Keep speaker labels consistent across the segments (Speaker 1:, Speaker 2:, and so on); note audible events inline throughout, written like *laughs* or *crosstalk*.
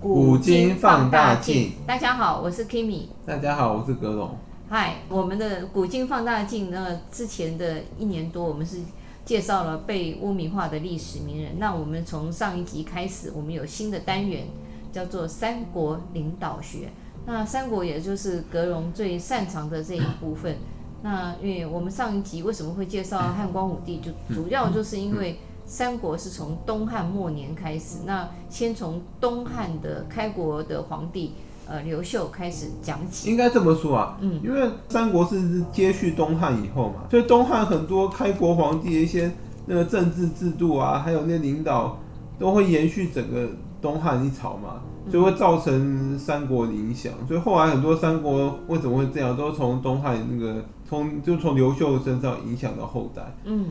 Speaker 1: 古今放大镜。
Speaker 2: 大家好，我是 Kimi。
Speaker 1: 大家好，我是葛总。
Speaker 2: 嗨，我们的古今放大镜呢，之前的一年多，我们是介绍了被污名化的历史名人。那我们从上一集开始，我们有新的单元，叫做三国领导学。那三国也就是格隆最擅长的这一部分。那因为我们上一集为什么会介绍汉光武帝，就主要就是因为三国是从东汉末年开始，那先从东汉的开国的皇帝呃刘秀开始讲起。
Speaker 1: 应该这么说啊，
Speaker 2: 嗯，
Speaker 1: 因为三国是接续东汉以后嘛，所以东汉很多开国皇帝的一些那个政治制度啊，还有那领导都会延续整个东汉一朝嘛，所以会造成三国的影响。所以后来很多三国为什么会这样，都从东汉那个从就从刘秀身上影响到后代。
Speaker 2: 嗯，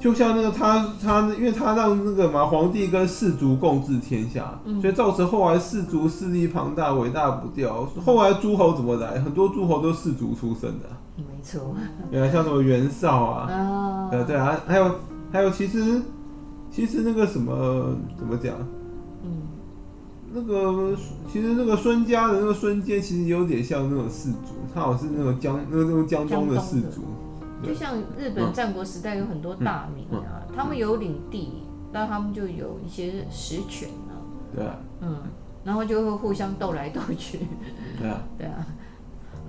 Speaker 1: 就像那个他他，因为他让那个嘛皇帝跟士族共治天下，所以造成后来士族势力庞大，伟大不掉。后来诸侯怎么来？很多诸侯都士族出身的，
Speaker 2: 没错。
Speaker 1: 原来像什么袁绍啊，
Speaker 2: 啊，
Speaker 1: 对啊对啊，还有还有，其实其实那个什么怎么讲，
Speaker 2: 嗯，
Speaker 1: 那个其实那个孙家的那个孙坚，其实有点像那种士族，他好像是那种江那个那种江东的士族，对
Speaker 2: 就
Speaker 1: 嗯
Speaker 2: 像日本战国时代有很多大名啊，他们有领地，那他们就有一些实权啊，
Speaker 1: 对啊
Speaker 2: 嗯，然后就会互相斗来斗去， *laughs*
Speaker 1: 对啊。
Speaker 2: 对啊。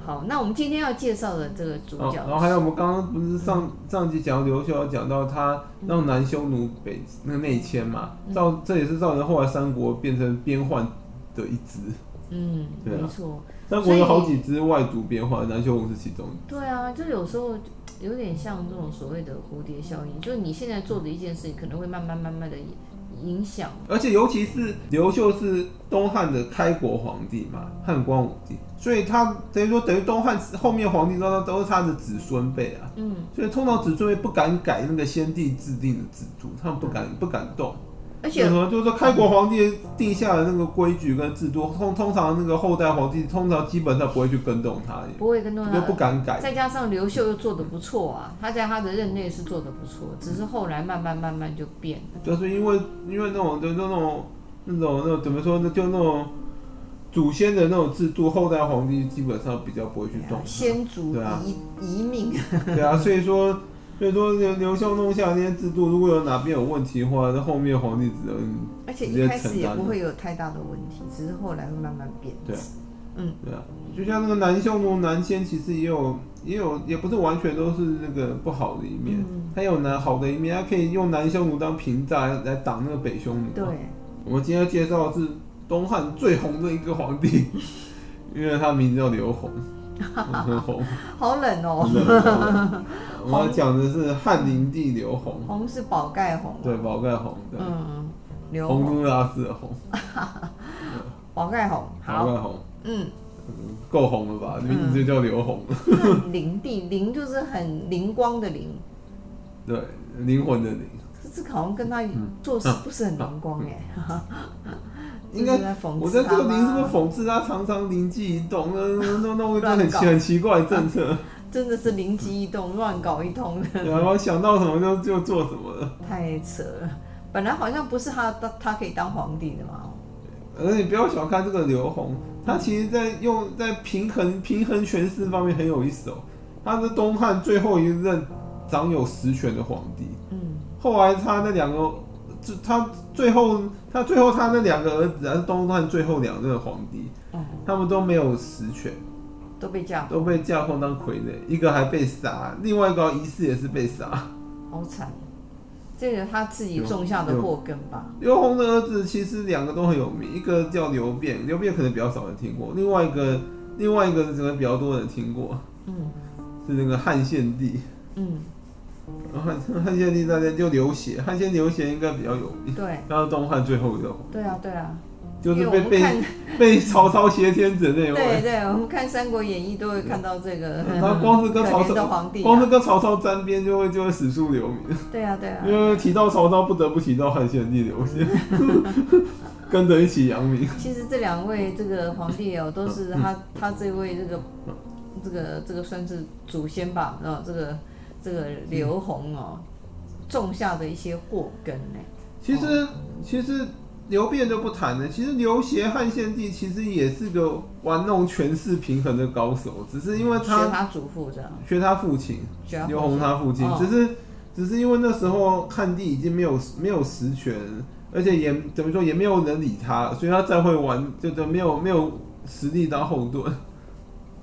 Speaker 2: 好，那我们今天要介绍的这个主
Speaker 1: 哦
Speaker 2: 角，嗯
Speaker 1: 然后还有我们刚刚不是上上集讲到刘秀，有讲到他让南匈奴北那个内迁嘛，
Speaker 2: 嗯
Speaker 1: 造这也是造成后来三国变成边患的一支。
Speaker 2: 嗯，
Speaker 1: 对啊
Speaker 2: 没错，
Speaker 1: 三国有好几支外族边患，南匈奴是其中一
Speaker 2: 对啊，就有时候有点像这种所谓的蝴蝶效应，就是你现在做的一件事情，可能会慢慢慢慢的影响，
Speaker 1: 支。而且尤其是刘秀是东汉的开国皇帝嘛，汉光武帝，所以他等于说等于东汉后面皇帝都都是他的子孙辈啊。
Speaker 2: 嗯，
Speaker 1: 所以通常子孙辈不敢改那个先帝制定的制度，他们不敢不敢动。
Speaker 2: 而
Speaker 1: 为
Speaker 2: 且
Speaker 1: 什么？就是说开国皇帝定下的那个规矩跟制度，通通常那个后代皇帝通常基本上不会去跟动它，
Speaker 2: 不会跟诺
Speaker 1: 也
Speaker 2: 拉
Speaker 1: 都不敢改。
Speaker 2: 再加上刘秀又做的不错啊，他在他的任内是做的不错，只是后来慢慢慢慢就变了。
Speaker 1: 就是因为因为那种就那种那种那种怎么说呢，就那种祖先的那种制度，后代皇帝基本上比较不会去动。
Speaker 2: 先祖
Speaker 1: 对啊
Speaker 2: 遗遗命，
Speaker 1: 对啊，所以说所以说刘刘秀弄下那些制度，如果有哪边有问题的话，那后面皇帝只能
Speaker 2: 而且
Speaker 1: 直
Speaker 2: 一
Speaker 1: 接
Speaker 2: 开始
Speaker 1: 承
Speaker 2: 也
Speaker 1: 担
Speaker 2: 不
Speaker 1: 了
Speaker 2: 会有太大的问题，只是后来会慢慢变。
Speaker 1: 对啊
Speaker 2: 嗯，
Speaker 1: 对啊，就像那个南匈奴南迁，其实也有也有也不是完全都是那个不好的一面，
Speaker 2: 嗯
Speaker 1: 它有南好的一面，它可以用南匈奴当屏障来来挡那个北匈奴。啊
Speaker 2: 对，，
Speaker 1: 我们今天要介绍的是东汉最红的一个皇帝，
Speaker 2: *laughs*
Speaker 1: 因为他名字叫刘宏，很红。
Speaker 2: 好冷哦、
Speaker 1: 真的很红 *laughs* 我们要讲的是汉灵帝刘宏，
Speaker 2: 红是宝盖红，啊
Speaker 1: 对，宝盖红的。
Speaker 2: 嗯，刘
Speaker 1: 洪
Speaker 2: 红，
Speaker 1: 都拉斯的红，
Speaker 2: 宝盖红，
Speaker 1: 宝
Speaker 2: 好，
Speaker 1: 盖红，
Speaker 2: 嗯，
Speaker 1: 够红了吧？名字就叫刘宏，
Speaker 2: 那灵帝，灵就是很灵光的灵，
Speaker 1: 对，灵魂的灵。
Speaker 2: 这这个好像跟他
Speaker 1: 嗯
Speaker 2: 做事不是很灵光哎、 *laughs*
Speaker 1: 应
Speaker 2: 就
Speaker 1: 该
Speaker 2: 是在讽刺
Speaker 1: 我在这个
Speaker 2: 他
Speaker 1: 林是不是
Speaker 2: 吗
Speaker 1: 讽刺他常常灵机一动，呃弄弄弄一个
Speaker 2: 乱
Speaker 1: 很
Speaker 2: 搞
Speaker 1: 奇很奇怪的政策，
Speaker 2: *laughs* 真的是灵机一动，乱搞一通的，
Speaker 1: 然后想到什么就就做什么了。
Speaker 2: 太扯了。本来好像不是他他他可以当皇帝的嘛，
Speaker 1: 而且你不要小看这个刘宏，他其实在用在平衡平衡权势方面很有一手。他是东汉最后一任掌有实权的皇帝，
Speaker 2: 嗯，
Speaker 1: 后来他那两个，就他最后他最后他那两个儿子还是东汉最后两任皇帝，
Speaker 2: 哦，
Speaker 1: 他们都没有实权。
Speaker 2: 都被架，
Speaker 1: 都被架空当傀儡，一个还被杀，另外一个疑似也是被杀。 *laughs*
Speaker 2: 好惨。这个他自己种下的祸根吧，
Speaker 1: 刘宏的儿子其实两个都很有名，一个叫刘辩，刘辩可能比较少人听过，另外一个另外一个可能比较多人听过，
Speaker 2: 嗯
Speaker 1: 是那个汉献帝。
Speaker 2: 嗯，
Speaker 1: 然后汉汉献帝大家就刘协，汉献刘协应该比较有名，
Speaker 2: 对
Speaker 1: 然后东汉最后一个
Speaker 2: 对啊对啊，
Speaker 1: 就是
Speaker 2: 因为
Speaker 1: 被
Speaker 2: 我们
Speaker 1: 被
Speaker 2: 看，
Speaker 1: 被曹操挟天子的那
Speaker 2: 对
Speaker 1: 位。
Speaker 2: 对，我们看《三国演义》都会看到这个，
Speaker 1: 他光是跟
Speaker 2: 可
Speaker 1: 曹
Speaker 2: 怜的皇
Speaker 1: 操，
Speaker 2: 帝啊
Speaker 1: 光是跟曹操沾边就会就会史书留名。
Speaker 2: 对啊对啊，
Speaker 1: 因为提到曹操，不得不提到汉献帝刘协， *laughs* 跟着一起扬名。 *laughs*
Speaker 2: 其实这两位这个皇帝哦，都
Speaker 1: 嗯
Speaker 2: 是他他这位这个这个这个算是祖先吧，然后这个这个刘宏哦种下的一些祸根呢。
Speaker 1: 其实，其实流变就不谈了。其实刘协汉献帝其实也是个玩弄权势平衡的高手，只是因为
Speaker 2: 学
Speaker 1: 他
Speaker 2: 他祖父这样，
Speaker 1: 学他父亲
Speaker 2: 学他
Speaker 1: 刘宏他父亲，
Speaker 2: 哦
Speaker 1: 只是只是因为那时候汉帝已经没有没有实权，而且也怎么说也没有人理他，所以他再会玩就就没有没有实力当后盾，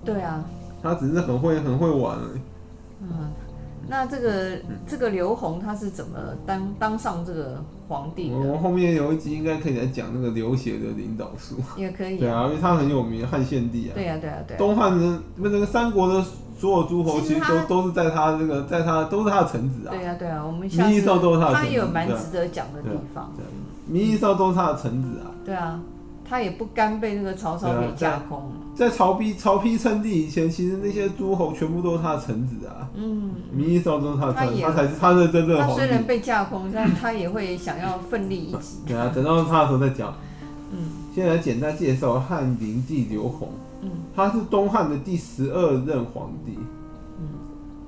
Speaker 2: 对啊，
Speaker 1: 他只是很会很会玩而已。
Speaker 2: 嗯，那这个这个刘宏他是怎么当当上这个皇帝
Speaker 1: 我
Speaker 2: 的？
Speaker 1: 们后面有一集应该可以来讲那个刘协的领导术，
Speaker 2: 也可以
Speaker 1: 对，啊，因为他很有名，汉献帝啊，
Speaker 2: 对啊，对啊，对啊，
Speaker 1: 东汉的不是那个三国的所有诸侯，
Speaker 2: 其实
Speaker 1: 其实
Speaker 2: 他
Speaker 1: 都都是在他这个在他都是他的臣子啊，
Speaker 2: 对啊，对啊，我们下
Speaker 1: 名义
Speaker 2: 次
Speaker 1: 上都是他的
Speaker 2: 他
Speaker 1: 臣
Speaker 2: 也有
Speaker 1: 子，
Speaker 2: 蛮
Speaker 1: 对啊
Speaker 2: 值得讲的地方，
Speaker 1: 名义上都是他的臣子啊。
Speaker 2: 对啊，他也不甘被那个曹操
Speaker 1: 对
Speaker 2: 给
Speaker 1: 啊
Speaker 2: 架空，
Speaker 1: 在曹丕曹丕称帝以前，其实那些诸侯全部都是他的臣子啊，
Speaker 2: 嗯。
Speaker 1: 名义上都是他的
Speaker 2: 他
Speaker 1: 臣子，
Speaker 2: 也
Speaker 1: 他才是他是真正的
Speaker 2: 他
Speaker 1: 皇
Speaker 2: 虽
Speaker 1: 帝
Speaker 2: 然。被架空，但他也会想要奋力一击。
Speaker 1: *laughs* 对啊，等到他的时候再讲。
Speaker 2: 嗯
Speaker 1: 先来简单介绍汉灵帝刘宏，
Speaker 2: 嗯
Speaker 1: 他是东汉的第十二任皇帝。
Speaker 2: 嗯，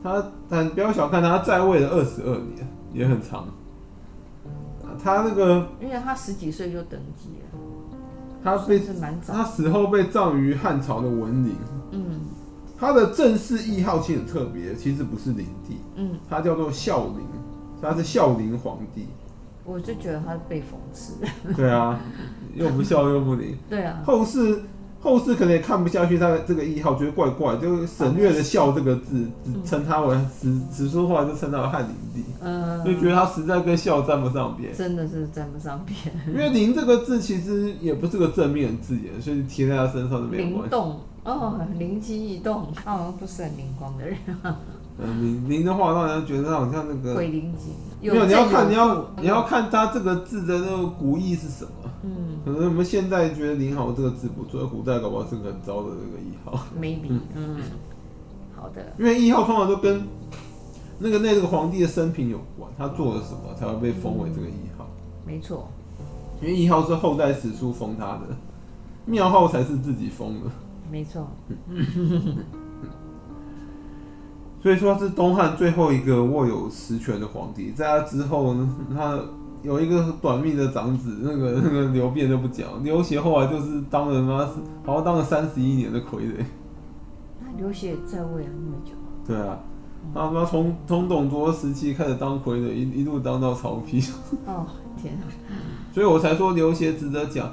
Speaker 1: 他但不要小看他，他在位了二十二年，也很长。啊他那个
Speaker 2: 因为他十几岁就登基了，
Speaker 1: 他
Speaker 2: 所以
Speaker 1: 被
Speaker 2: 是蛮早。
Speaker 1: 他死后被葬于汉朝的文陵。
Speaker 2: 嗯
Speaker 1: 他的正式谥号其实很特别，其实不是灵帝，
Speaker 2: 嗯，
Speaker 1: 他叫做孝陵，他是孝陵皇帝。
Speaker 2: 我就觉得他被讽刺。 *laughs*
Speaker 1: 对啊，又不孝又不灵。
Speaker 2: 对啊，
Speaker 1: 后世后世可能也看不下去他的这个谥号，觉得怪怪，就省略了“孝”这个字，只称他为史史书话就称他为汉灵帝，
Speaker 2: 嗯、
Speaker 1: 就觉得他实在跟孝沾不上边。
Speaker 2: 真的是沾不上边，
Speaker 1: 因为“灵”这个字其实也不是个正面字眼，所以贴在他身上就没有关
Speaker 2: 灵
Speaker 1: 系。
Speaker 2: 动哦，灵机一动，他好像不是很灵光的人，
Speaker 1: 嗯，灵灵的话让人觉得他好像那个
Speaker 2: 鬼灵精。
Speaker 1: 没有，你要看你要
Speaker 2: 正
Speaker 1: 你要看他这个字的那个古意是什么。
Speaker 2: 嗯
Speaker 1: 可能我们现在觉得“灵好”这个字不错，古代搞不好是个很糟的这个谥号。 *laughs*
Speaker 2: ，maybe 嗯，好的，
Speaker 1: 因为谥号通常都跟那个那个皇帝的生平有关，他做了什么才会被封为这个谥号。
Speaker 2: 没错，
Speaker 1: 因为谥号是后代史书封他的，庙号才是自己封的。
Speaker 2: 没错，
Speaker 1: 所以说是东汉最后一个握有实权的皇帝，在他之后呢，他有一个短命的长子，那个 *laughs* 那个刘辩就不讲，刘协后来就是当了妈，好像当了三十一年的傀儡。
Speaker 2: 那刘协也在位了那么久，
Speaker 1: 对啊，他妈从从董卓时期开始当傀儡，一一路当到曹丕，
Speaker 2: 哦天啊，
Speaker 1: 所以我才说刘协值得讲。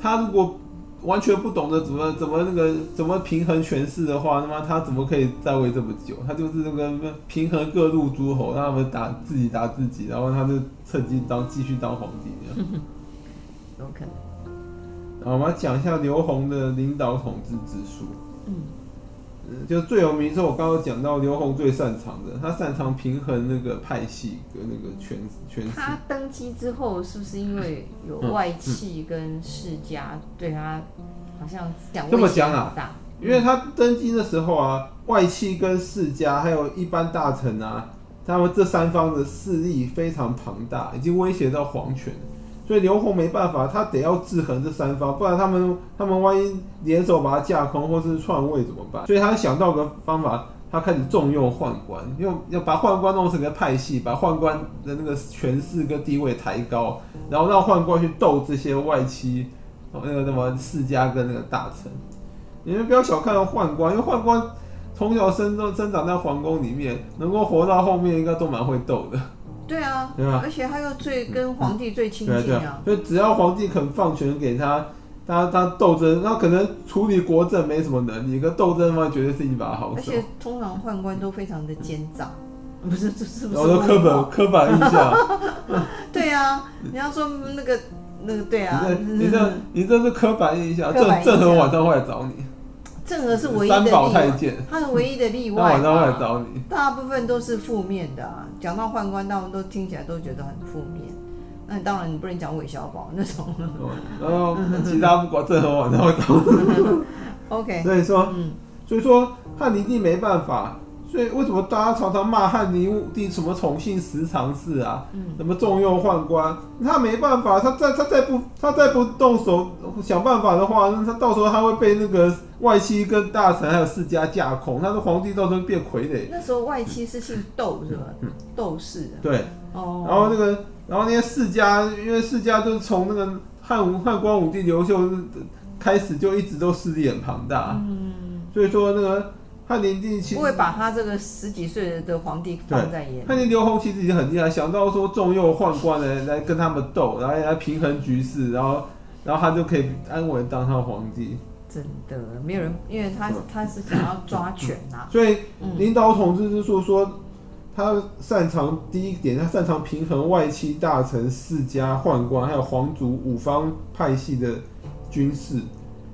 Speaker 1: 他如果完全不懂得怎么怎么那个怎么平衡权势的话，那么他怎么可以在位这么久？他就是那个平衡各路诸侯，让他们打自己打自己，然后他就趁机当继续当皇帝这样。
Speaker 2: 有可能，
Speaker 1: 然后我们要讲一下刘宏的领导统治之术。
Speaker 2: 嗯
Speaker 1: 嗯，就最有名是我刚刚讲到刘宏最擅长的，他擅长平衡那个派系跟那个权权势。
Speaker 2: 他登基之后，是不是因为有外戚跟世家对他好像讲
Speaker 1: 这么
Speaker 2: 威胁
Speaker 1: 讲
Speaker 2: 很
Speaker 1: 啊
Speaker 2: 大？
Speaker 1: 因为他登基的时候啊，外戚跟世家还有一般大臣啊，他们这三方的势力非常庞大，已经威胁到皇权，所以刘宏没办法，他得要制衡这三方，不然他们他们万一联手把他架空或是篡位怎么办？所以他想到个方法，他开始重用宦官，用要把宦官弄成个派系，把宦官的那个权势跟地位抬高，然后让宦官去斗这些外戚，哦那个什么世家跟那个大臣。你们不要小看宦官，因为宦官从小生长生长在皇宫里面，能够活到后面应该都蛮会斗的，
Speaker 2: 对啊，
Speaker 1: 对吧
Speaker 2: 而且他又最跟皇帝最亲
Speaker 1: 对啊对
Speaker 2: 近
Speaker 1: 啊
Speaker 2: 啊，，
Speaker 1: 所以只要皇帝肯放权给他，他他斗争，他可能处理国政没什么能力，可斗争嘛绝对是一把好
Speaker 2: 而
Speaker 1: 手。
Speaker 2: 且通常宦官都非常的奸诈， *laughs* 不是这是不
Speaker 1: 然
Speaker 2: 是
Speaker 1: 后说哦
Speaker 2: 文
Speaker 1: 刻
Speaker 2: 化？
Speaker 1: 板刻板印象，
Speaker 2: 对啊，你要说那个那个 *laughs* 对啊，
Speaker 1: 你这你这你这是刻板印象，
Speaker 2: 刻板
Speaker 1: 郑
Speaker 2: 印
Speaker 1: 郑和
Speaker 2: 象
Speaker 1: 晚上会来找你，
Speaker 2: 郑和是唯一的
Speaker 1: 三
Speaker 2: 例
Speaker 1: 宝太
Speaker 2: 外，
Speaker 1: 监，
Speaker 2: 他是唯一的例
Speaker 1: 他
Speaker 2: 外
Speaker 1: 晚上会来
Speaker 2: 嘛。
Speaker 1: 找你。
Speaker 2: 大部分都是负面的、啊，讲到宦官，大部分都听起来都觉得很负面。那当然你不能讲韦小宝那种。
Speaker 1: 然后其他不管，郑和晚上会找你。
Speaker 2: OK，
Speaker 1: 所以说，
Speaker 2: 嗯，
Speaker 1: 所以说汉灵帝没办法，所以为什么大家常常骂汉灵帝什么宠信十常侍啊，
Speaker 2: 嗯
Speaker 1: 什么重用宦官，他没办法，他再他再不他再不动手想办法的话，那他到时候他会被那个外戚跟大臣还有世家架空，他的皇帝到时候变傀儡。
Speaker 2: 那时候外戚是姓窦是吧？
Speaker 1: 嗯
Speaker 2: 窦氏的
Speaker 1: 对，
Speaker 2: 哦。
Speaker 1: 然后那个然后那些世家，因为世家就是从那个汉武汉光武帝刘秀是开始就一直都势力很庞大，所以说那个汉灵帝其实
Speaker 2: 嗯不会把他这个十几岁的皇帝放在眼里。
Speaker 1: 汉灵刘侯其实也很厉害，想到说重用宦官来来跟他们斗，然后来平衡局势，然后然后他就可以安稳地当上皇帝。
Speaker 2: 真的，没有人，因为
Speaker 1: 嗯
Speaker 2: 他他是想要抓权啊呐、
Speaker 1: 所以领导统治之术说，他擅长第一点，他擅长平衡外戚、大臣、世家、宦官，还有皇族五方派系的军事，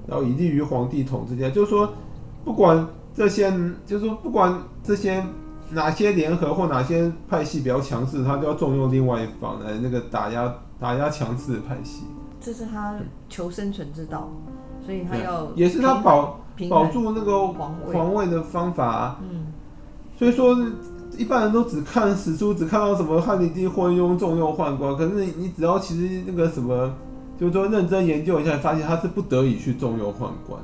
Speaker 1: 然后以利于皇帝统治。也就是说，不管这些，就是说不管这些哪些联合或哪些派系比较强势，他都要重用另外一方来那个打压打压强势的派系。
Speaker 2: 这是他求生存之道，所以他要
Speaker 1: 嗯也是他保
Speaker 2: 平衡
Speaker 1: 保住那个
Speaker 2: 皇位。
Speaker 1: 皇位的方法啊、
Speaker 2: 嗯，
Speaker 1: 所以说，一般人都只看史书，只看到什么汉灵帝昏庸、重用宦官。可是你你只要其实那个什么，就是说认真研究一下，发现他是不得已去重用宦官，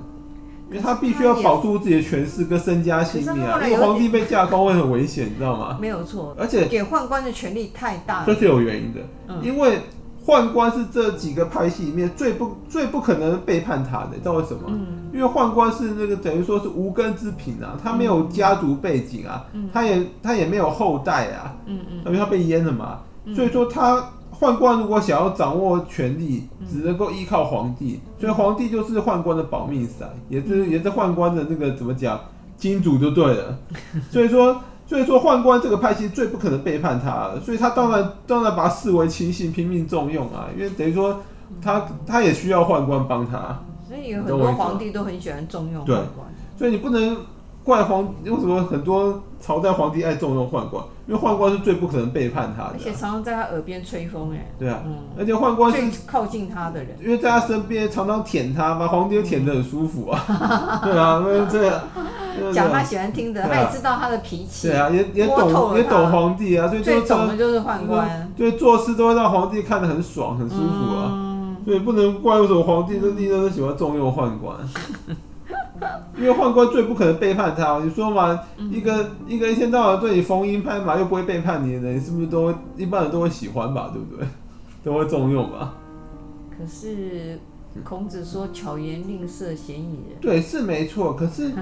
Speaker 1: 因为他必须要保住自己的权势跟身家性命
Speaker 2: 可
Speaker 1: 啊。
Speaker 2: 是他后来
Speaker 1: 因为
Speaker 2: 有
Speaker 1: 皇帝被架高会很危险，你知道吗？
Speaker 2: 没有错，
Speaker 1: 而且
Speaker 2: 给宦官的权力太大
Speaker 1: 这
Speaker 2: 了。
Speaker 1: 是有原因的，
Speaker 2: 嗯
Speaker 1: 因为宦官是这几个派系里面最不最不可能背叛他的，你知道为什么？
Speaker 2: 嗯，
Speaker 1: 因为宦官是那个等于说是无根之品啊，他没有家族背景啊，他也他也没有后代啊，
Speaker 2: 嗯嗯
Speaker 1: 因为他被阉了嘛，所以说他宦官如果想要掌握权力，只能够依靠皇帝，所以皇帝就是宦官的保命伞，也是也是宦官的那个怎么讲金主就对了，所以说。所以说，宦官这个派系最不可能背叛他了，所以他当然当然把他视为亲信，拼命重用啊，因为等于说他他也需要宦官帮他。
Speaker 2: 所以有很多皇帝都很喜欢重用宦
Speaker 1: 对
Speaker 2: 官。
Speaker 1: 所以你不能怪皇，为什么很多朝代皇帝爱重用宦官？因为宦官是最不可能背叛他
Speaker 2: 而且
Speaker 1: 的、啊，
Speaker 2: 常常在他耳边吹风，哎，
Speaker 1: 对啊。
Speaker 2: 嗯，
Speaker 1: 而且宦官是
Speaker 2: 最靠近他的人，
Speaker 1: 因为在他身边常常舔他嘛，皇帝又舔得很舒服啊，
Speaker 2: *laughs*
Speaker 1: 对啊，那这个对
Speaker 2: 讲他
Speaker 1: 啊
Speaker 2: 喜欢听的，
Speaker 1: 对
Speaker 2: 他
Speaker 1: 啊
Speaker 2: 也知道他的脾气
Speaker 1: 对。啊，也也
Speaker 2: 摸透
Speaker 1: 懂
Speaker 2: 了
Speaker 1: 也
Speaker 2: 他
Speaker 1: 懂皇帝啊，所以
Speaker 2: 最
Speaker 1: 就
Speaker 2: 懂
Speaker 1: 常
Speaker 2: 的就是宦官，
Speaker 1: 对啊做事都会让皇帝看得很爽很舒服啊，
Speaker 2: 嗯，
Speaker 1: 所以不能怪为什么皇帝这历任都喜欢重用宦官，因为宦官最不可能背叛他。你说嘛，
Speaker 2: 嗯
Speaker 1: 一个一个一天到晚对你逢迎拍马又不会背叛你的人，是不是都会一般人都会喜欢吧？对不 *laughs* 对？都会重用吧？
Speaker 2: 可是孔子说“巧言令色，鲜矣仁
Speaker 1: 对，是没错。可
Speaker 2: *laughs*
Speaker 1: 是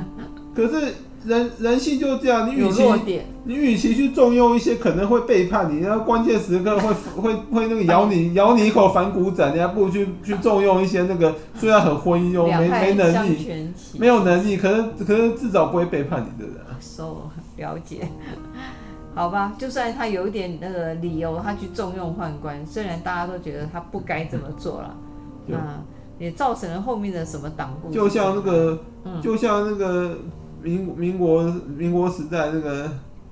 Speaker 1: 可是人人性就这样，”，你与
Speaker 2: 有
Speaker 1: 其
Speaker 2: 弱点，
Speaker 1: 你与其去重用一些可能会背叛你，然后关键时刻会 *laughs* 会会那个咬你 *laughs* 咬你一口反骨斩，你还不如去去重用一些那个虽然很昏庸没
Speaker 2: 两
Speaker 1: 没
Speaker 2: 派
Speaker 1: 能
Speaker 2: 相
Speaker 1: 力。
Speaker 2: 权起啊
Speaker 1: 没有能力，可是可是至少不会背叛你的人。
Speaker 2: 受，了解。 *laughs* 好吧，就算他有一点那个理由，他去重用宦官，虽然大家都觉得他不该这么做了，
Speaker 1: 对
Speaker 2: 那也造成了后面的什么党锢。
Speaker 1: 就像那个，
Speaker 2: 嗯
Speaker 1: 就像那个民民国民国时代那个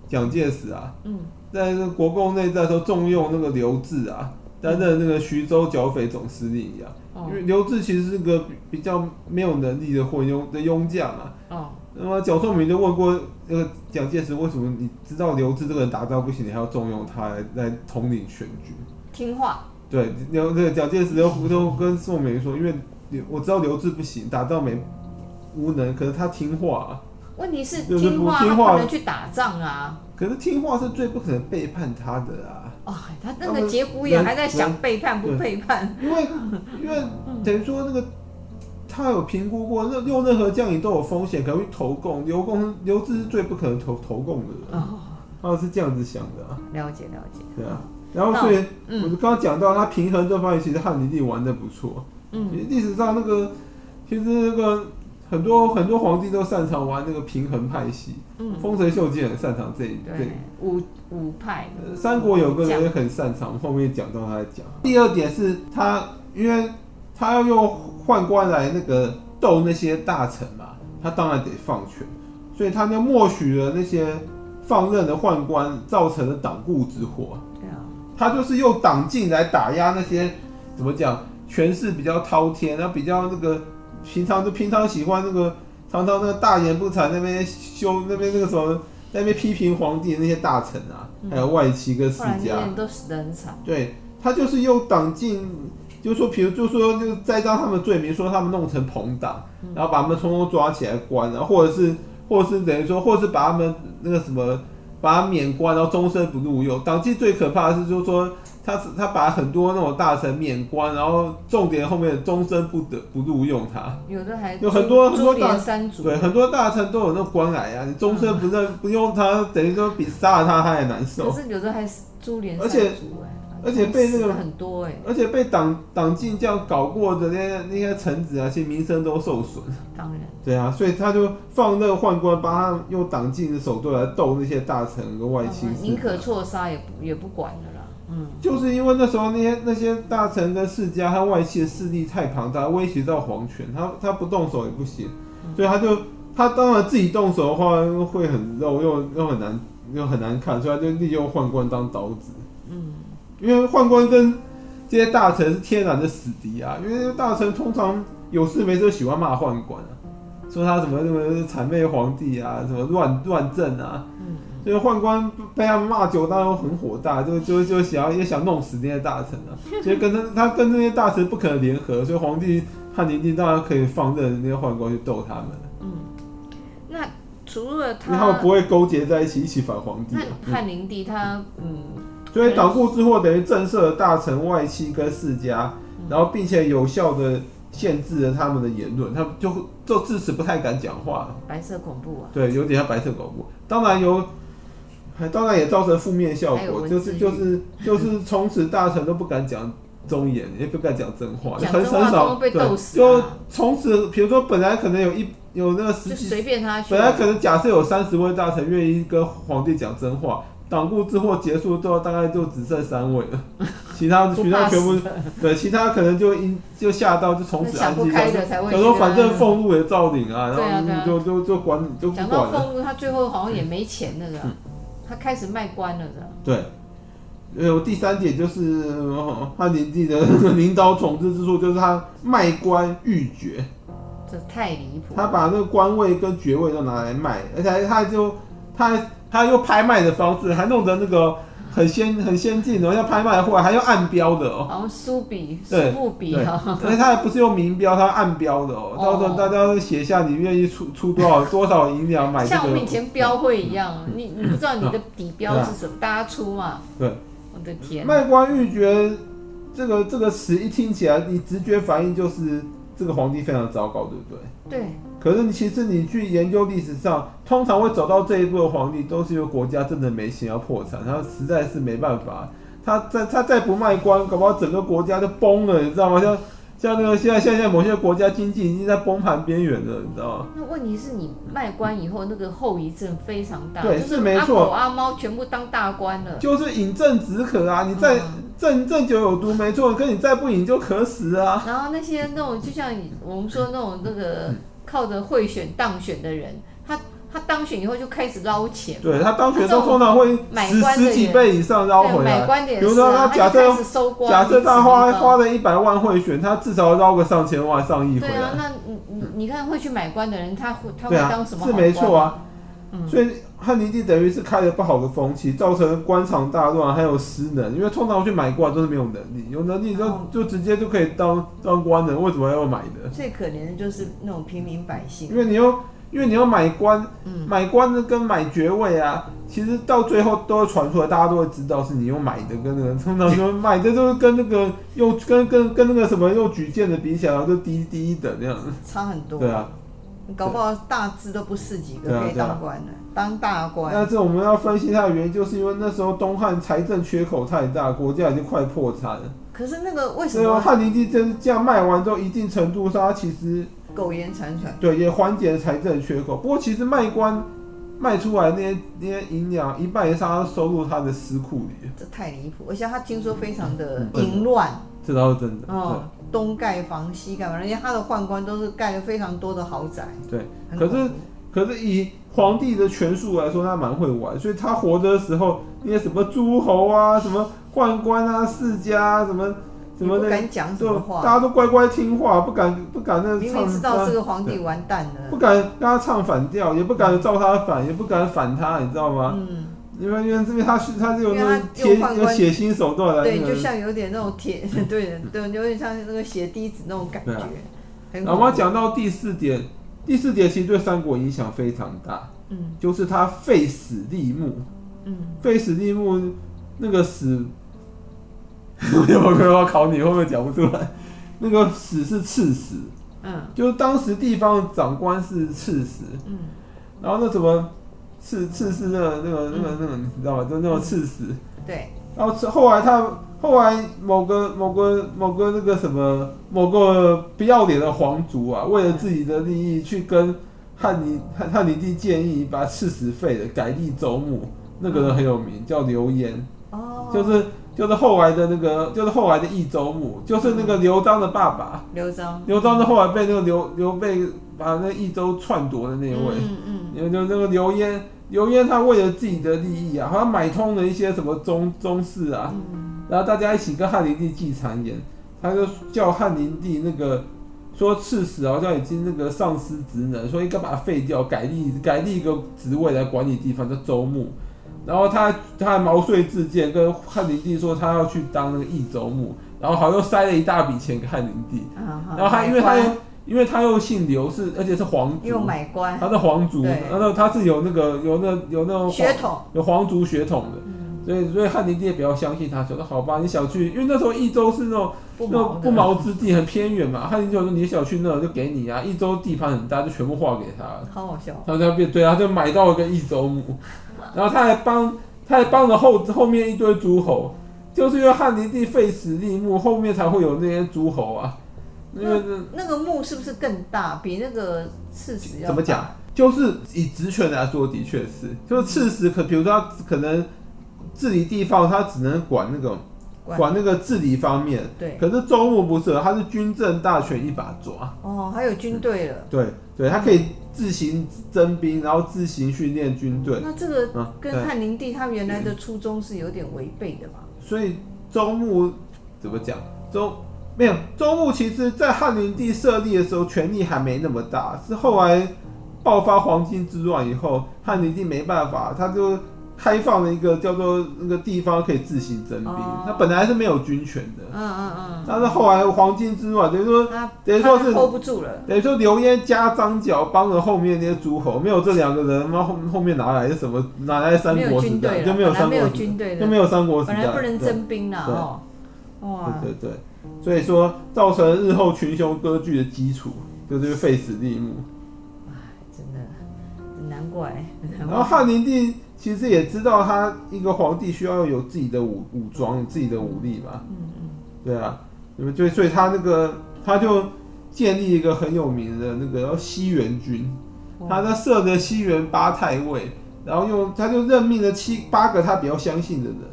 Speaker 1: 蒋介石啊，
Speaker 2: 嗯，
Speaker 1: 在那个国共内战的时候重用那个刘志啊，担任那个徐州剿匪总司令一样。
Speaker 2: 哦
Speaker 1: 因为刘志其实是个比比较没有能力的混庸的庸将啊。
Speaker 2: 哦，
Speaker 1: 那么蒋宋明就问过呃那个蒋介石，为什么你知道刘志这个人打仗不行，你还要重用他来来统领全军？
Speaker 2: 听话，
Speaker 1: 对，刘对蒋介石又都跟宋美龄说，因为刘呃我知道刘志不行，打仗没无能，可是他听话啊、
Speaker 2: 问题是
Speaker 1: 就是
Speaker 2: 听话，
Speaker 1: 不听
Speaker 2: 他
Speaker 1: 话
Speaker 2: 不能去打仗啊。
Speaker 1: 可是听话是最不可能背叛他的啊，
Speaker 2: 哦，他那
Speaker 1: 他
Speaker 2: 个
Speaker 1: 们
Speaker 2: 节骨眼
Speaker 1: 人
Speaker 2: 还在想背叛不
Speaker 1: 对
Speaker 2: 背叛，
Speaker 1: 因为因为等于说那个他有评估过，那用任何将领都有风险，可能会投共，刘共刘志是最不可能投投共的人，啊
Speaker 2: 哦，
Speaker 1: 他是这样子想的、啊，
Speaker 2: 了解了解，
Speaker 1: 对啊。然后所以，
Speaker 2: 嗯
Speaker 1: 我就刚刚讲到他平衡这方面，其实汉灵帝玩的不错，
Speaker 2: 嗯，
Speaker 1: 历史上那个，其实那个很多很多皇帝都擅长玩那个平衡派系，
Speaker 2: 嗯
Speaker 1: 丰臣秀吉很擅长这一
Speaker 2: 对，五五派
Speaker 1: 呃，三国有个人也很擅长，后面讲到他在讲。
Speaker 2: 嗯
Speaker 1: 第二点是他，因为他要用宦官来那个斗那些大臣嘛，他当然得放权，所以他就默许了那些放任的宦官造成的党锢之祸。
Speaker 2: 对啊，
Speaker 1: 他就是用党禁来打压那些怎么讲权势比较滔天，然后比较那个平常就平常喜欢那个常常那个大言不惭那边修那边那个什么那边批评皇帝的那些大臣啊，还有外戚跟世
Speaker 2: 嗯后来那些
Speaker 1: 家，啊
Speaker 2: 人都死得很惨，
Speaker 1: 对他就是用党禁，就说比如就说就栽赃他们罪名，说他们弄成朋党，然呃后把他们通通抓起来关，然后或者是或者是等于说，或者是把他们那个什么把他免官，然后终身不入右。党纪最可怕的是，就是说他他把很多那种大臣免官，然后重点后面终身不得不录用他。
Speaker 2: 有的还
Speaker 1: 有很多
Speaker 2: 株
Speaker 1: 很多
Speaker 2: 株
Speaker 1: 大
Speaker 2: 连三族，
Speaker 1: 对，很多大臣都有那种官癌啊，你终身不认、不用他，等于说比杀了他他还难
Speaker 2: 可
Speaker 1: 受。
Speaker 2: 是有的还是株连
Speaker 1: 而
Speaker 2: 三
Speaker 1: 且
Speaker 2: 族哎，
Speaker 1: 而且被那个
Speaker 2: 死了很多哎，
Speaker 1: 而且被党党禁这样搞过的那些那些臣子啊，其实名声都受损。
Speaker 2: 当然
Speaker 1: 对啊，所以他就放任宦官帮他用党禁的手段来斗那些大臣跟外戚
Speaker 2: 嗯
Speaker 1: 士。
Speaker 2: 宁可错杀也不也不管了啦，嗯，
Speaker 1: 就是因为那时候那些那些大臣跟世家和外戚的势力太庞大，威胁到皇权，他他不动手也不行，所以他就他当然自己动手的话会很肉，又又很难又很难看，所以他就利用宦官当刀子。嗯，因为宦官跟这些大臣是天然的死敌啊，因为大臣通常有事没事就喜欢骂宦官啊，说他什么什么谄媚皇帝啊，什么乱乱政啊，所以宦官被他们骂久，当然很火大，就就就想要也想弄死那些大臣啊。 *laughs* 所以跟他他跟那些大臣不可能联合，所以皇帝汉灵帝当然可以放任那些宦官去斗他们，
Speaker 2: 那除了
Speaker 1: 因为他们
Speaker 2: 他
Speaker 1: 不，会勾结在一起一起反皇帝啊、
Speaker 2: 那汉灵帝他嗯
Speaker 1: 所以党锢之祸等于震慑了大臣、外戚跟世家，
Speaker 2: 嗯
Speaker 1: 然后并且有效的限制了他们的言论，他们就就自此不太敢讲话了。
Speaker 2: 白色恐怖啊，
Speaker 1: 对，有点像白色恐怖。当然有，还当然也造成负面效
Speaker 2: 还有
Speaker 1: 果，
Speaker 2: 文
Speaker 1: 就
Speaker 2: 字
Speaker 1: 是
Speaker 2: 狱
Speaker 1: 就是就是从此大臣都不敢讲忠言，也不敢讲真话，
Speaker 2: 讲
Speaker 1: 很
Speaker 2: 真话
Speaker 1: 很
Speaker 2: 都
Speaker 1: 少
Speaker 2: 会被斗
Speaker 1: 对，
Speaker 2: 死啊
Speaker 1: 就从此，比如说本来可能有一有那个十
Speaker 2: 就
Speaker 1: 几，
Speaker 2: 随便他去
Speaker 1: 本，来可能假设有三十位大臣愿意跟皇帝讲真话，党锢之祸结束之后，大概就只剩三位了， *laughs* 其他
Speaker 2: 不
Speaker 1: 其他
Speaker 2: 怕
Speaker 1: 全部
Speaker 2: 死的
Speaker 1: 对，其他可能就因就吓到就从
Speaker 2: 那
Speaker 1: 此
Speaker 2: 想
Speaker 1: 安
Speaker 2: 不
Speaker 1: 静
Speaker 2: 开
Speaker 1: 下去。
Speaker 2: 的才会
Speaker 1: 想
Speaker 2: 去
Speaker 1: 说
Speaker 2: 啊
Speaker 1: 反正俸禄也照领啊，
Speaker 2: 对啊对
Speaker 1: 然
Speaker 2: 啊
Speaker 1: 后就就就管就不
Speaker 2: 讲
Speaker 1: 管
Speaker 2: 到
Speaker 1: 了。嗯
Speaker 2: 俸禄，他最后好像也没钱了的，他开始卖官了的。
Speaker 1: 对，呃，第三点就是呃汉灵帝的领导统治之术，就是他卖官鬻爵，
Speaker 2: 这太离谱！
Speaker 1: 他把那个官位跟爵位都拿来卖，而且还他就他他用拍卖的方式，还弄得那个很先很先进的，像拍卖会还用暗标的哦。
Speaker 2: 好像苏比、苏
Speaker 1: 对
Speaker 2: 富比
Speaker 1: 对， *laughs*
Speaker 2: 啊，
Speaker 1: 而且他还不是用明标，他暗标的哦。
Speaker 2: 哦
Speaker 1: 到时候大家都写下你愿意出出多少多少银两买这个。嗯
Speaker 2: 像我们以前标会一样，啊你你不知道你的底标是什么，大家出嘛。
Speaker 1: 对，
Speaker 2: 我的天，
Speaker 1: 嗯卖官鬻爵这个这个词一听起来，你直觉反应就是这个皇帝非常糟糕，对不对？
Speaker 2: 对，
Speaker 1: 可是你其实你去研究历史上，通常会走到这一步的皇帝，都是因为国家真的没钱要破产，他实在是没办法，他再他再不卖官，搞不好整个国家就崩了，你知道吗？像像那个现在现在某些国家经济已经在崩盘边缘了，你知道吗？
Speaker 2: 那问题是你卖官以后，那个后遗症非常大，
Speaker 1: 对
Speaker 2: 就是
Speaker 1: 没
Speaker 2: 阿
Speaker 1: 错
Speaker 2: 狗阿猫全部当大官了。
Speaker 1: 就是饮鸩止渴啊！你再
Speaker 2: 嗯
Speaker 1: 鸩鸩酒有毒没错，可你再不饮就渴死啊！嗯
Speaker 2: 然后那些那种，就像你我们说那种那个靠着贿选当选的人，他他当选以后就开始捞钱，
Speaker 1: 对他当选都通常会
Speaker 2: 买
Speaker 1: 十
Speaker 2: 官的
Speaker 1: 十几
Speaker 2: 人
Speaker 1: 倍以上捞
Speaker 2: 对啊
Speaker 1: 回
Speaker 2: 买
Speaker 1: 来。
Speaker 2: 官的也
Speaker 1: 啊比如
Speaker 2: 是
Speaker 1: 说
Speaker 2: 啊，
Speaker 1: 他
Speaker 2: 他
Speaker 1: 假
Speaker 2: 就开
Speaker 1: 设
Speaker 2: 始收刮
Speaker 1: 假
Speaker 2: 民
Speaker 1: 设
Speaker 2: 脂
Speaker 1: 他
Speaker 2: 民
Speaker 1: 花
Speaker 2: 膏
Speaker 1: 花了一百万贿选，他至少捞个上千万、上亿回
Speaker 2: 对啊，
Speaker 1: 来。
Speaker 2: 那你你你看会去买官的人，他会他会
Speaker 1: 对
Speaker 2: 当
Speaker 1: 啊，
Speaker 2: 什么？
Speaker 1: 是没错。啊。
Speaker 2: 嗯
Speaker 1: 所以汉灵帝等于是开了不好的风气，造成官场大乱，还有失能。因为通常去买官都是没有能力，有能力就
Speaker 2: 哦
Speaker 1: 就直接就可以当当官的，为什么要买呢？
Speaker 2: 最可怜的就是那种平民百
Speaker 1: 因
Speaker 2: 姓，啊
Speaker 1: 为你又因为你要买官，
Speaker 2: 嗯
Speaker 1: 买官的跟买爵位啊，其实到最后都会传出来，大家都会知道是你用买的跟那个，通常说买的就是跟那个又跟跟跟那个什么又举荐的比起来，就低低一等那样。
Speaker 2: 差很多。
Speaker 1: 对啊，
Speaker 2: 你搞不好大字都不是几
Speaker 1: 对
Speaker 2: 个
Speaker 1: 啊
Speaker 2: 可以当官的，当大官。
Speaker 1: 那这我们要分析它的原因，就是因为那时候东汉财政缺口太大，国家已经快破产了。
Speaker 2: 可是那个为什
Speaker 1: 所以
Speaker 2: 么
Speaker 1: 汉灵帝这这样卖完之后，一定程度上，它其实
Speaker 2: 苟延残喘？
Speaker 1: 对，啊也缓解了财政缺口。不过其实卖官卖出来那些那些银两，一半以上都收入他的私库里，
Speaker 2: 这太离谱！而且他听说非常的
Speaker 1: 嗯笨
Speaker 2: 淫乱
Speaker 1: 这倒是真的。
Speaker 2: 哦，东盖房西盖房，人家他的宦官都是盖了非常多的豪宅。
Speaker 1: 对
Speaker 2: 很
Speaker 1: 可
Speaker 2: 恐怖，
Speaker 1: 是对，可是以皇帝的权术来说，他蛮会玩，所以他活着的时候，那些什么诸侯啊、什么宦官啊、世家啊、什么什么
Speaker 2: 你不
Speaker 1: 的，
Speaker 2: 敢讲什
Speaker 1: 就
Speaker 2: 么话？
Speaker 1: 大家都乖乖听话，不敢不敢那
Speaker 2: 明
Speaker 1: 唱
Speaker 2: 明知道
Speaker 1: 啊
Speaker 2: 这个皇帝完蛋了
Speaker 1: 不。敢跟他唱反调，也不敢照他反，也不敢反他，你知道吗？
Speaker 2: 嗯，
Speaker 1: 因为因为这边他是他是有
Speaker 2: 因
Speaker 1: 那
Speaker 2: 为
Speaker 1: 种
Speaker 2: 他
Speaker 1: 铁
Speaker 2: 用宦
Speaker 1: 有
Speaker 2: 官
Speaker 1: 血腥手段来啊
Speaker 2: 对，
Speaker 1: 那
Speaker 2: 就
Speaker 1: 个
Speaker 2: 像有点那种铁， *laughs* 对对，有点像那个血滴子那种感觉。
Speaker 1: 对啊
Speaker 2: 很
Speaker 1: 然后我
Speaker 2: 恐怖
Speaker 1: 讲到第四点，第四点其实对三国影响非常大，
Speaker 2: 嗯，
Speaker 1: 就是他废死立木。
Speaker 2: 嗯，
Speaker 1: 废史地目那个史，我 *laughs* 有没有考你？会不会讲不出来？那个史是刺史，
Speaker 2: 嗯
Speaker 1: 就是当时地方长官是刺史，
Speaker 2: 嗯，
Speaker 1: 然后那什么刺刺是那个那个那个那个，你知道吗？就那种刺史。
Speaker 2: 对，
Speaker 1: 然后是后来他后来某个某个某个那个什么某个不要脸的皇族啊，为了自己的利益去跟汉尼汉汉灵帝建议把刺史废了，改立州牧。那个人很有名，叫刘焉，
Speaker 2: 哦，
Speaker 1: 就是就是后来的那个就是后来的益州牧，就是那个刘璋的爸爸。
Speaker 2: 刘璋，
Speaker 1: 刘璋是后来被那个刘刘备把那益州篡夺的那位。
Speaker 2: 嗯嗯
Speaker 1: 有有那个刘焉，刘焉他为了自己的利益啊，好像买通了一些什么宗宗室啊，
Speaker 2: 嗯
Speaker 1: 然后大家一起跟汉灵帝祭谗言，他就叫汉灵帝那个说刺史好像已经那个丧失职能，说应该把它废掉，改立改立一个职位来管理地方叫州牧。然后他他还毛遂自荐，跟汉灵帝说他要去当那个益州牧，然后好像又塞了一大笔钱给汉灵帝，
Speaker 2: 嗯，然
Speaker 1: 然后他因为他又因为他又姓刘是而且是皇族，
Speaker 2: 又买官，
Speaker 1: 他是皇族，
Speaker 2: 对
Speaker 1: 然后他是有那个有那有那种
Speaker 2: 血
Speaker 1: 皇
Speaker 2: 统，
Speaker 1: 有皇族血统的，
Speaker 2: 嗯，
Speaker 1: 所以所以汉灵帝也比较相信他，说那好吧，你想去，因为那时候益州是那种
Speaker 2: 不
Speaker 1: 那种
Speaker 2: 毛
Speaker 1: 不
Speaker 2: 的，
Speaker 1: 毛之地，很偏远嘛。汉灵帝就说你想去那就给你啊，益州地盘很大，就全部划给他了，
Speaker 2: 好好笑，
Speaker 1: 然后他变对啊，他就买到一个益州牧，然后他还帮他还帮了后后面一堆诸侯，就是因为汉灵帝废史立木，后面才会有那些诸侯啊，因为那
Speaker 2: 那个墓是不是更大？比那个刺史要
Speaker 1: 怎么讲？就是以职权来说，的确是，就是刺史可，比如说他可能治理地方，他只能管那个
Speaker 2: 管
Speaker 1: 管那个治理方面。
Speaker 2: 对，
Speaker 1: 可是州牧不是，他是军政大权一把抓。
Speaker 2: 哦，还有军队了。
Speaker 1: 对对，他可以自行征兵，然后自行训练军队。
Speaker 2: 那这个
Speaker 1: 嗯，对
Speaker 2: 跟，汉灵帝他原来的初衷是有点违背的吧？
Speaker 1: 所以州牧怎么讲？州没有州牧，其实在汉灵帝设立的时候，权力还没那么大，是后来爆发黄巾之乱以后，汉灵帝没办法，他就开放了一个叫做那个地方可以自行征兵，
Speaker 2: 哦
Speaker 1: 他本来是没有军权的，
Speaker 2: 嗯嗯
Speaker 1: 但是后来黄巾之乱，等于说
Speaker 2: 嗯，他
Speaker 1: 等于说是
Speaker 2: 他 hold 不住了。
Speaker 1: 等于说刘焉加张角帮了后面那些诸侯，没有这两个人，妈后后面哪来的什么哪来的三
Speaker 2: 没有
Speaker 1: 国时
Speaker 2: 军
Speaker 1: 代
Speaker 2: 队
Speaker 1: 就
Speaker 2: 了，
Speaker 1: 没
Speaker 2: 本
Speaker 1: 有
Speaker 2: 来
Speaker 1: 三
Speaker 2: 没
Speaker 1: 国
Speaker 2: 有
Speaker 1: 时代
Speaker 2: 军队
Speaker 1: 就
Speaker 2: 的，
Speaker 1: 没有三国时
Speaker 2: 本
Speaker 1: 代，
Speaker 2: 来不能
Speaker 1: 对
Speaker 2: 征兵了
Speaker 1: 对
Speaker 2: 哦。哇，
Speaker 1: 对对对，所以说造成日后群雄割据的基础，就是废史立木。
Speaker 2: 真的难怪。
Speaker 1: 然后汉灵帝其实也知道他一个皇帝需要有自己的武武装、自己的武力嘛，
Speaker 2: 嗯嗯，
Speaker 1: 对啊，那么就所以他那个他就建立一个很有名的那个叫西元军，他
Speaker 2: 哇
Speaker 1: 在设的西元八太尉，然后用他就任命了七八个他比较相信的人。
Speaker 2: 嗯嗯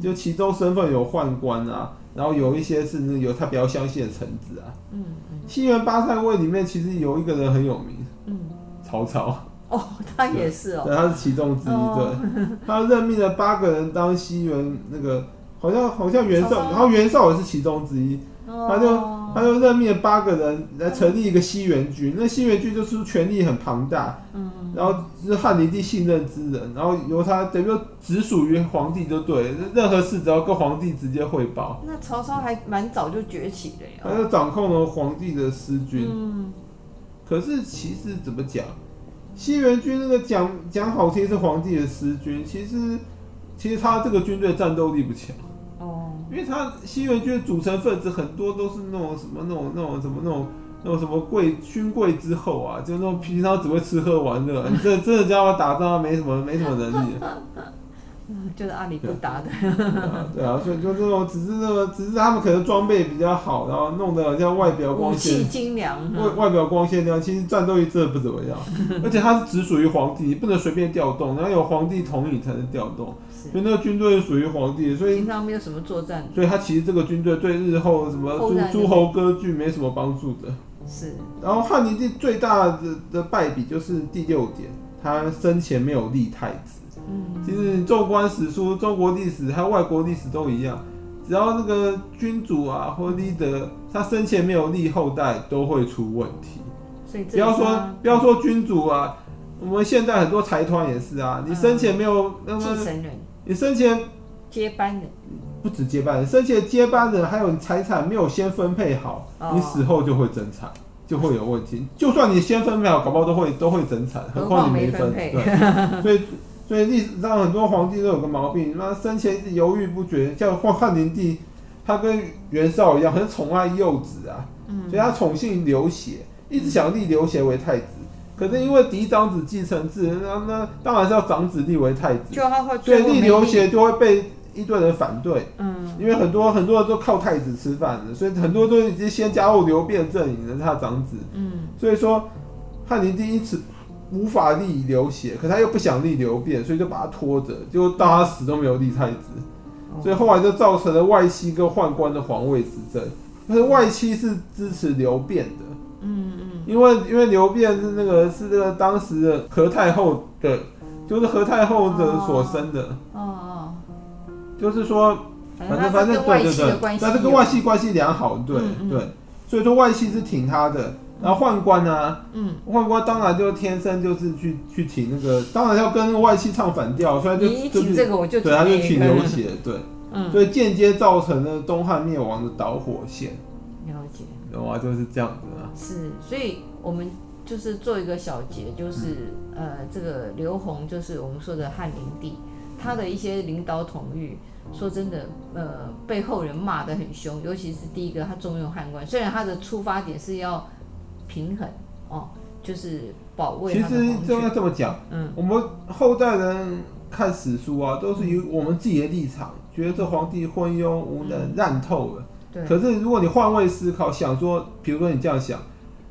Speaker 1: 就其中身份有宦官啊，然后有一些是那有他比较相信的臣子啊。
Speaker 2: 嗯
Speaker 1: 西元八太尉里面其实有一个人很有名，
Speaker 2: 嗯，
Speaker 1: 曹操，
Speaker 2: 哦，他也是哦，
Speaker 1: 对，他是其中之一。
Speaker 2: 哦 *laughs*
Speaker 1: 对，他任命了八个人当西元那个，好像好像袁绍，
Speaker 2: 曹操
Speaker 1: 然后袁绍也是其中之一。他就
Speaker 2: 哦
Speaker 1: 他就任命了八个人来成立一个西元军，那西元军就是权力很庞大，
Speaker 2: 嗯
Speaker 1: 然后是汉灵帝信任之人，然后由他等于说只属于皇帝就对了，任何事只要跟皇帝直接汇报。
Speaker 2: 那曹操还蛮早就崛起的
Speaker 1: 他
Speaker 2: 呀。
Speaker 1: 就掌控了皇帝的私军。
Speaker 2: 嗯，
Speaker 1: 可是其实怎么讲，西元军那个讲讲好听是皇帝的私军，其实其实他这个军队战斗力不强，
Speaker 2: 哦，
Speaker 1: 因为他西元军的组成分子很多都是那种什么那种那种什么那种。那种什么贵勋贵之后啊，就那种平常只会吃喝玩乐， *laughs* 你这真的叫他打仗没什么没什么能力，
Speaker 2: 嗯就是阿里不达的。
Speaker 1: 对啊对啊，所以就这种只是那个只是他们可能装备比较好，然后弄得像外表光
Speaker 2: 武
Speaker 1: 鲜
Speaker 2: 器精良，
Speaker 1: 外外表光鲜亮，其实战斗力真的不怎
Speaker 2: *laughs*
Speaker 1: 么样，而且它是只属于皇帝，你不能随便调动，然后有皇帝同意才能调动，
Speaker 2: 是
Speaker 1: 所以那个军队是属于皇帝，所以
Speaker 2: 平常没有什么作战，
Speaker 1: 所以他其实这个军队对日后什么
Speaker 2: 后
Speaker 1: 诸
Speaker 2: 来就
Speaker 1: 诸侯割据没什么帮助的。
Speaker 2: 是
Speaker 1: 然后汉灵帝最大的的败笔就是第六点，他生前没有立太子。
Speaker 2: 嗯
Speaker 1: 其实你纵观史书，中国历史还有外国历史都一样，只要那个君主啊或 leader 他生前没有立后代，都会出问题。
Speaker 2: 所以这
Speaker 1: 不要
Speaker 2: 也是
Speaker 1: 说
Speaker 2: 他
Speaker 1: 不要说君主啊，我们现在很多财团也是啊，你生前没有那么、
Speaker 2: 继承人、
Speaker 1: 你生前
Speaker 2: 接班人，
Speaker 1: 不止接班人，生前接班人还有你财产没有先分配好，
Speaker 2: 哦
Speaker 1: 你死后就会争产。就会有问题，就算你先分配好，搞不好都会都会争产，何
Speaker 2: 何
Speaker 1: 况
Speaker 2: 况没
Speaker 1: 你没分。 *laughs*
Speaker 2: 分配
Speaker 1: 对，所以所以历史上很多皇帝都有个毛病，妈生前一直犹豫不决，像汉汉灵帝，他跟袁绍一样，很宠爱幼子啊，所以他宠信刘协，一直想立刘协为太子。可是因为嫡长子继承制，那那当然是要长子立为太子，
Speaker 2: 嗯就他会
Speaker 1: 所
Speaker 2: 最
Speaker 1: 以
Speaker 2: 后
Speaker 1: 立
Speaker 2: 没
Speaker 1: 刘
Speaker 2: 力
Speaker 1: 协就会被一堆人反对。
Speaker 2: 嗯
Speaker 1: 因为很多很多人都靠太子吃饭的，所以很多都已经先加入刘辩阵营的他长子，
Speaker 2: 嗯
Speaker 1: 所以说汉灵帝因此无法立刘协，可他又不想立刘辩，所以就把他拖着，结果到他死都没有立太子，
Speaker 2: 哦
Speaker 1: 所以后来就造成了外戚跟宦官的皇位之争。但是外戚是支持刘辩的，
Speaker 2: 嗯
Speaker 1: 因为因为刘辩是那个是那个当时的何太后的，就是何太后的所生的，
Speaker 2: 嗯哦
Speaker 1: 就是说
Speaker 2: 哦，
Speaker 1: 反正
Speaker 2: 正
Speaker 1: 反
Speaker 2: 他
Speaker 1: 正
Speaker 2: 是
Speaker 1: 对
Speaker 2: 跟外
Speaker 1: 对
Speaker 2: 戚的
Speaker 1: 对
Speaker 2: 关，系
Speaker 1: 但是跟
Speaker 2: 有
Speaker 1: 外戚关系良好，对
Speaker 2: 嗯嗯
Speaker 1: 对，所以说外戚是挺他的。然后宦官啊，
Speaker 2: 嗯，
Speaker 1: 宦官当然就天生就是去去挺那个，当然要跟外戚唱反调，所以他就
Speaker 2: 你一
Speaker 1: 就
Speaker 2: 请
Speaker 1: 是
Speaker 2: 这个我就
Speaker 1: 对，他就
Speaker 2: 那
Speaker 1: 挺
Speaker 2: 个
Speaker 1: 刘协，对，
Speaker 2: 嗯
Speaker 1: 所以间接造成了东汉灭亡的导火线，
Speaker 2: 了解。
Speaker 1: 懂吗？就是这样子啊。
Speaker 2: 是，所以我们就是做一个小结，就是、
Speaker 1: 嗯
Speaker 2: 呃，这个刘宏就是我们说的汉灵帝，他的一些领导统御，说真的，呃，被后人骂得很凶，尤其是第一个他重用汉官，虽然他的出发点是要平衡哦，就是保卫
Speaker 1: 其
Speaker 2: 他的
Speaker 1: 实
Speaker 2: 皇
Speaker 1: 就要
Speaker 2: 权，
Speaker 1: 这么讲，
Speaker 2: 嗯
Speaker 1: 我们后代人看史书啊，都是以我们自己的立场，觉得这皇帝昏庸无能，烂透了。
Speaker 2: 对，
Speaker 1: 可是如果你换位思考，想说，比如说你这样想，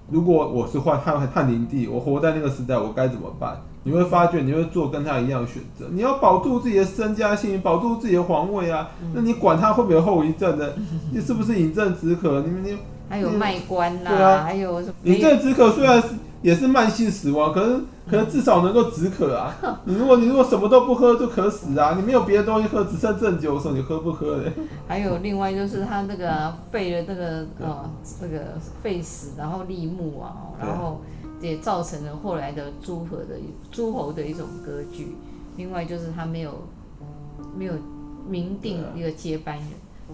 Speaker 1: 如果我是汉汉汉灵帝，我活在那个时代，我该怎么办？你会发觉，你会做跟他一样的选择。你要保住自己的身家性命，保住自己的皇位啊。那你管他会不会有后遗症呢？你是不是饮鸩止渴？你你
Speaker 2: 还有卖官啦、
Speaker 1: 嗯对啊
Speaker 2: 还有什么
Speaker 1: 饮
Speaker 2: 没有
Speaker 1: 鸩止渴虽然是也是慢性死亡，可是可是至少能够止渴啊。
Speaker 2: *laughs*
Speaker 1: 你如果你如果什么都不喝就渴死啊，你没有别的东西喝，只剩正酒的时候，你喝不喝
Speaker 2: *laughs*
Speaker 1: 嘞？
Speaker 2: 还有另外就是他那个啊废了那个呃那个废死，然后立木啊，哦
Speaker 1: 对
Speaker 2: 然后也造成了后来的诸侯的诸侯的一种割据。另外就是他没有没有明定
Speaker 1: 对啊
Speaker 2: 一个接班人，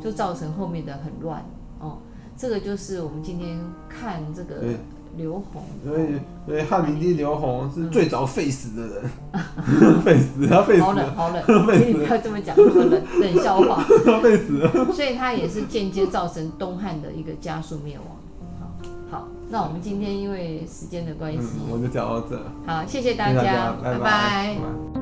Speaker 2: 就造成后面的很乱哦。这个就是我们今天看这个
Speaker 1: 对
Speaker 2: 刘宏，
Speaker 1: 所以，所以汉灵帝刘宏是最早废死的人， *laughs* 废死，他 *laughs* 废死
Speaker 2: 嗯哦好
Speaker 1: 了，
Speaker 2: 冷好冷，*laughs*
Speaker 1: 被
Speaker 2: 请你不要这么讲，这么冷冷笑话。
Speaker 1: 他 *laughs* 废死了。
Speaker 2: *laughs* 所以它也是间接造成东汉的一个加速灭亡。好，好，那我们今天因为时间的关系，
Speaker 1: 嗯，我就讲到这，
Speaker 2: 好，谢谢
Speaker 1: 谢
Speaker 2: 大
Speaker 1: 谢
Speaker 2: 家，
Speaker 1: 大家，拜
Speaker 2: 拜拜
Speaker 1: 拜